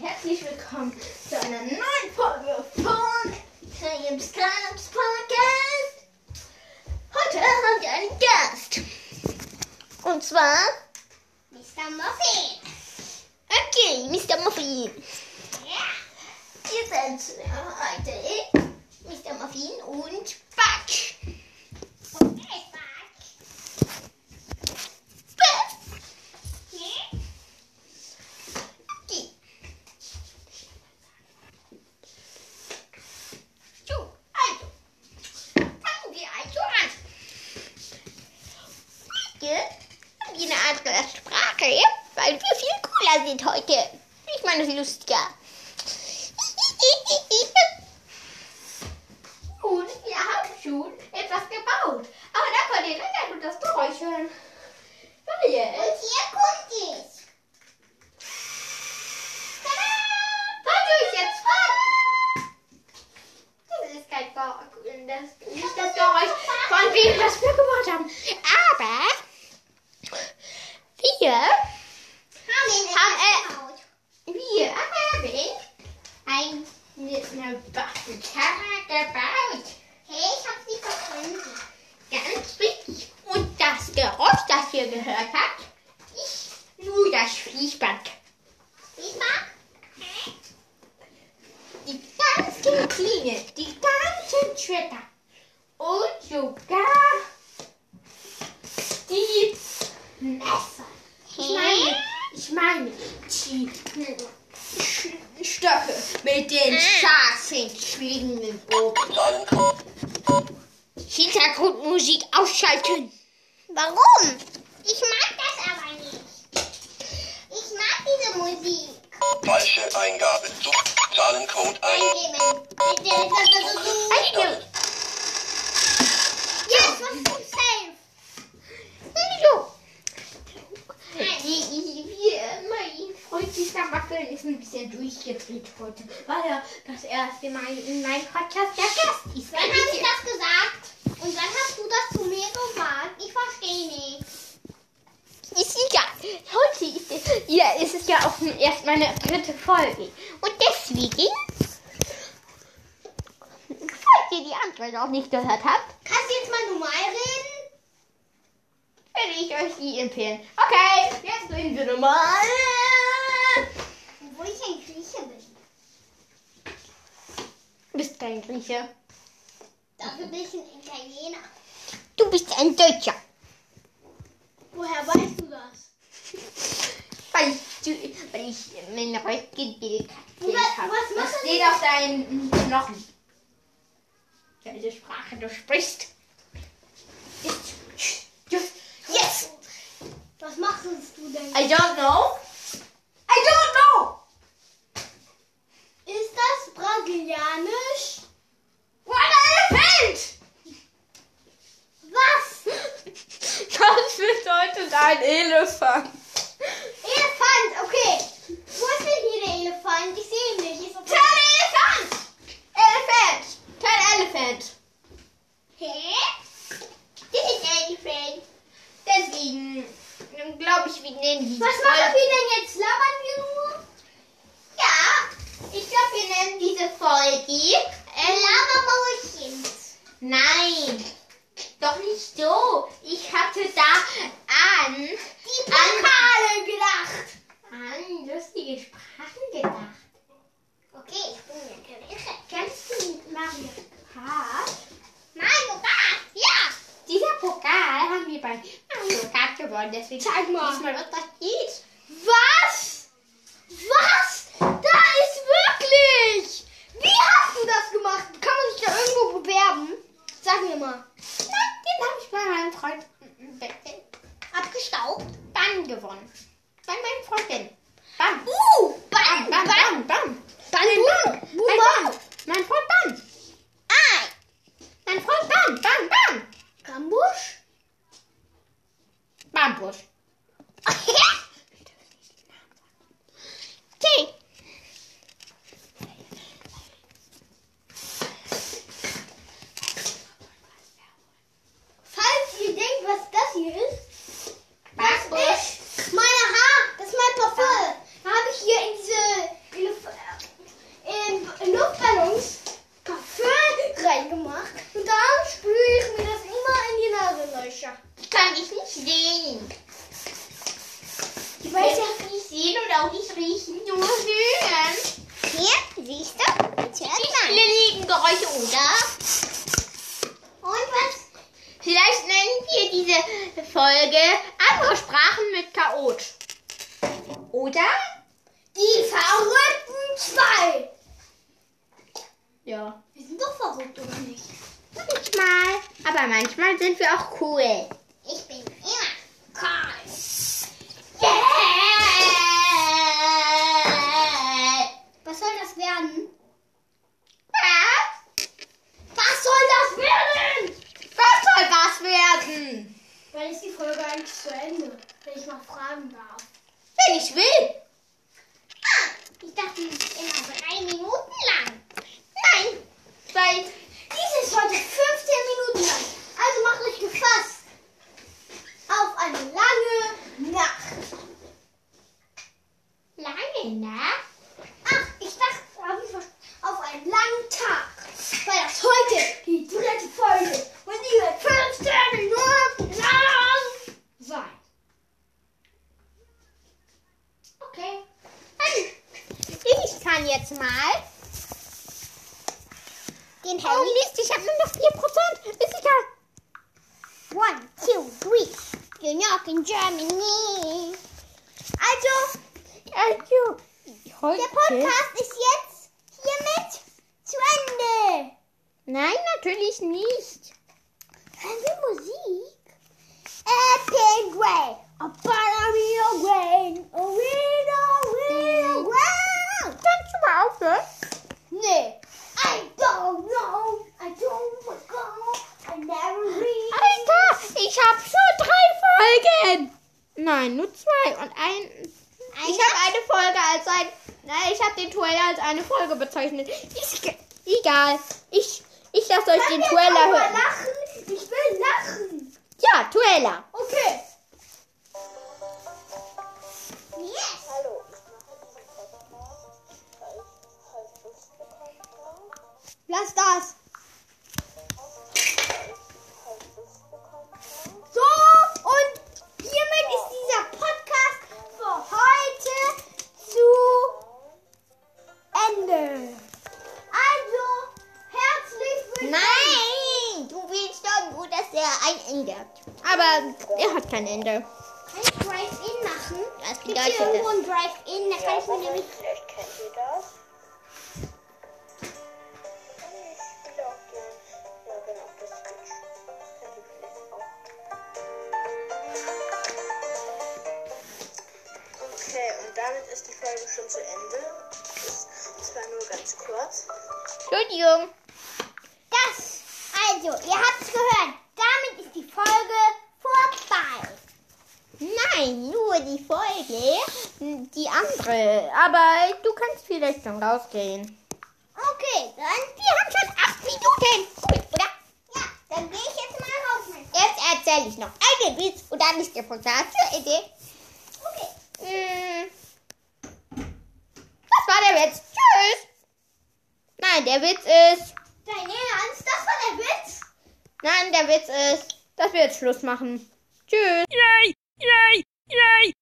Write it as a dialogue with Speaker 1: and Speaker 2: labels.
Speaker 1: herzlich willkommen zu einer neuen Folge von Krebs Krebs Podcast. Heute haben wir einen Gast. Und zwar
Speaker 2: Mr. Muffin.
Speaker 1: Okay, Mr. Muffin.
Speaker 2: Ja.
Speaker 1: Wir sind äh, heute Mr. Muffin und Buck.
Speaker 2: Okay, Mark.
Speaker 1: Buck.
Speaker 2: Ja.
Speaker 1: die. So, also. Fangen wir also an. Heute haben wir eine andere Sprache, weil wir viel cooler sind heute. Ich meine, es ist lustiger. Und wir haben schon etwas gebaut. Aber da könnt ihr leider nur das Geräusch hören. Weil
Speaker 2: Und hier kommt es.
Speaker 1: Warte, ich jetzt frage. Das ist kein Geräusch, das, nicht das Geräusch, von wem das wir gemacht haben. Aber wir haben,
Speaker 2: Haben wir nicht
Speaker 1: äh,
Speaker 2: gebaut.
Speaker 1: wir haben ein, eine Gitarre gebaut.
Speaker 2: Hey, ich hab sie verstanden.
Speaker 1: Ganz richtig. Und das Geräusch, das ihr gehört habt, ist nur das Fließband.
Speaker 2: Ich mag.
Speaker 1: die ganzen Klinge, die ganzen Schwerter und sogar die Messer. Ich meine, ich meine die Sch Stöcke mit den scharfen Schwingen. Hintergrundmusik ausschalten.
Speaker 2: Warum? Ich mag das aber nicht. Ich mag diese Musik.
Speaker 3: Falsche Eingabe zu Zahlencode ein.
Speaker 2: Eingeben. Äh, Bitte.
Speaker 1: Also,
Speaker 2: Yes, was ist safe?
Speaker 1: So. Die- Wie immer, mein Freund dieser Wackel ist ein bisschen durchgedreht heute, weil er das erste Mal in meinem Podcast der Gast ist.
Speaker 2: Wann habe ich das gesagt? Und wann hast du das zu mir gesagt? Ich verstehe nicht.
Speaker 1: Ist egal. Heute ist es, ja, ist es ja auch erst meine dritte Folge. Und deswegen, falls ihr die andere noch nicht gehört habt,
Speaker 2: Kannst du jetzt mal normal reden?
Speaker 1: werde ich euch die empfehlen. Okay, jetzt reden wir nochmal.
Speaker 2: Obwohl ich ein Grieche bin.
Speaker 1: Du bist kein Grieche.
Speaker 2: Dafür bin ich ein Italiener.
Speaker 1: Du bist ein Deutscher.
Speaker 2: Woher weißt du das?
Speaker 1: Weil ich, du- weil ich mein Röntgenbild
Speaker 2: Was- was machen
Speaker 1: Das
Speaker 2: die?
Speaker 1: steht auf deinen Knochen. Welche Sprache du sprichst. Jetzt. Yes!
Speaker 2: Was machst du denn?
Speaker 1: I don't know. I don't know!
Speaker 2: Ist das brasilianisch?
Speaker 1: What an elephant!
Speaker 2: Was?
Speaker 1: Das bedeutet ein Elefant.
Speaker 2: Elefant, okay. Wo ist denn hier der Elefant? Ich sehe ihn nicht. Ist
Speaker 1: Turn
Speaker 2: das
Speaker 1: Elefant! Elephant! Turn Elephant!
Speaker 2: Hä? Das ist Elefant.
Speaker 1: Deswegen glaube ich, wir nennen diese
Speaker 2: Was
Speaker 1: Folge-
Speaker 2: machen wir denn jetzt? Labern wir nur?
Speaker 1: Ja, ich glaube, wir nennen diese Folge. Äh,
Speaker 2: Labermaulchen.
Speaker 1: nein, doch nicht so. Ich hatte da an,
Speaker 2: Die Pokale gedacht.
Speaker 1: an lustige Sprachen gedacht.
Speaker 2: Okay, ich bin ja kein Irre.
Speaker 1: Kennst du Mario Kart?
Speaker 2: Mario Kart, ja.
Speaker 1: oh Dieser Pokal haben wir bei Mario Kart gewonnen. Deswegen
Speaker 2: Zeig mal.
Speaker 1: Diesmal was das geht.
Speaker 2: Was? Was? Da ist wirklich. Wie hast du das gemacht? Kann man sich da irgendwo bewerben? Sag mir mal.
Speaker 1: Nein, den habe ich bei meinem Freund äh, äh,
Speaker 2: Abgestaubt?
Speaker 1: Bann gewonnen. Bei meinem Freundin. Bann.
Speaker 2: Uh,
Speaker 1: Bam, bam,
Speaker 2: Bann, Bann.
Speaker 1: bam, bam. Bann, bam.
Speaker 2: Bum,
Speaker 1: Mein
Speaker 2: bam.
Speaker 1: Freund, mein Freund, bam.
Speaker 2: Uh, Ei.
Speaker 1: Mein Freund, bam, bam, bam.
Speaker 2: Gambusch?
Speaker 1: Bambusch. Okay.
Speaker 2: Falls ihr denkt, was das hier ist,
Speaker 1: Bambusch.
Speaker 2: meine Haar. Das ist mein Parfum. äh,
Speaker 1: weiß ja nicht sehen und auch nicht riechen, nur hören.
Speaker 2: Hier, siehst du? Jetzt hört man.
Speaker 1: Lilligen Geräusche, oder? Und was? Vielleicht nennen wir diese Folge andere Sprachen mit Chaot. Oder?
Speaker 2: Die verrückten zwei.
Speaker 1: Ja.
Speaker 2: Wir sind doch verrückt, oder nicht?
Speaker 1: Manchmal. Aber manchmal sind wir auch cool.
Speaker 2: Ich bin immer Karl. Was soll das werden? Was soll das werden?
Speaker 1: Was soll was werden?
Speaker 2: Wann ist die Folge eigentlich zu Ende? Wenn ich mal fragen darf.
Speaker 1: Wenn ich will.
Speaker 2: Ah, Ich dachte, die ist immer drei Minuten lang.
Speaker 1: Nein. Weil
Speaker 2: Dies ist heute 15 Minuten lang. Also macht euch gefasst auf eine lange Nacht.
Speaker 1: lange, ne?
Speaker 2: Ach, ich dachte, hab ich vers- auf einen langen Tag. Weil das heute die dritte Folge ist. und die wird 15 Minuten lang sein. Okay.
Speaker 1: Ich kann jetzt mal. Den Harry oh, Mist, ich habe nur noch 4%. Ist egal.
Speaker 2: One, two, three. You're not in Germany. Also,
Speaker 1: Also, heute.
Speaker 2: der Podcast ist jetzt hiermit zu Ende.
Speaker 1: Nein, natürlich nicht.
Speaker 2: Hören wir Musik? Epic Way. A part of your way. A real, real way.
Speaker 1: Kannst du mal aufhören?
Speaker 2: Nee. I don't know. I don't wanna go. I never read.
Speaker 1: Alter, ich habe schon drei Folgen. Nein, nur zwei und ein. Ich habe eine Folge als ein. Nein, ich habe den Trailer als eine Folge bezeichnet. Ist ge- egal. Ich, ich lasse euch Halt den
Speaker 2: jetzt
Speaker 1: Trailer
Speaker 2: auch mal
Speaker 1: hören.
Speaker 2: lachen? Ich will lachen.
Speaker 1: Ja, Trailer.
Speaker 2: Okay. Yes. Hallo. Lass das. So, und hiermit ist dieser Podcast für heute zu Ende. Also, herzlich willkommen.
Speaker 1: Nein! Du willst doch nur, dass er ein Ende hat. Aber er hat kein Ende.
Speaker 2: Kann ich Drive-In machen?
Speaker 1: Das
Speaker 2: Gibt
Speaker 1: bedeutet
Speaker 2: hier irgendwo
Speaker 1: das.
Speaker 2: ein Drive-In? Da kann ich mir nämlich.
Speaker 4: Vielleicht kennt ihr das. genau, Ich spiele auch gern. Ja, genau, das Switch. Also vielleicht auch. Okay, und damit ist die Folge schon zu Ende. Es war nur ganz kurz.
Speaker 1: Entschuldigung.
Speaker 2: Das! Also, ihr habt's gehört. Damit ist die Folge vorbei.
Speaker 1: Nein, nur die Folge. Die andere. Aber du kannst vielleicht schon rausgehen.
Speaker 2: Okay, dann.
Speaker 1: Wir haben schon acht Minuten. Cool, oder?
Speaker 2: Ja, dann gehe ich jetzt mal raus. mein-
Speaker 1: Jetzt erzähle ich noch einen Witz und dann ist der Podcast zu Ende.
Speaker 2: Okay.
Speaker 1: Hm. Das war der Witz. Tschüss. Nein, der Witz ist...
Speaker 2: Dein Ernst? Das war der Witz?
Speaker 1: Nein, der Witz ist, dass wir jetzt Schluss machen. Tschüss. Yay, yay, yay.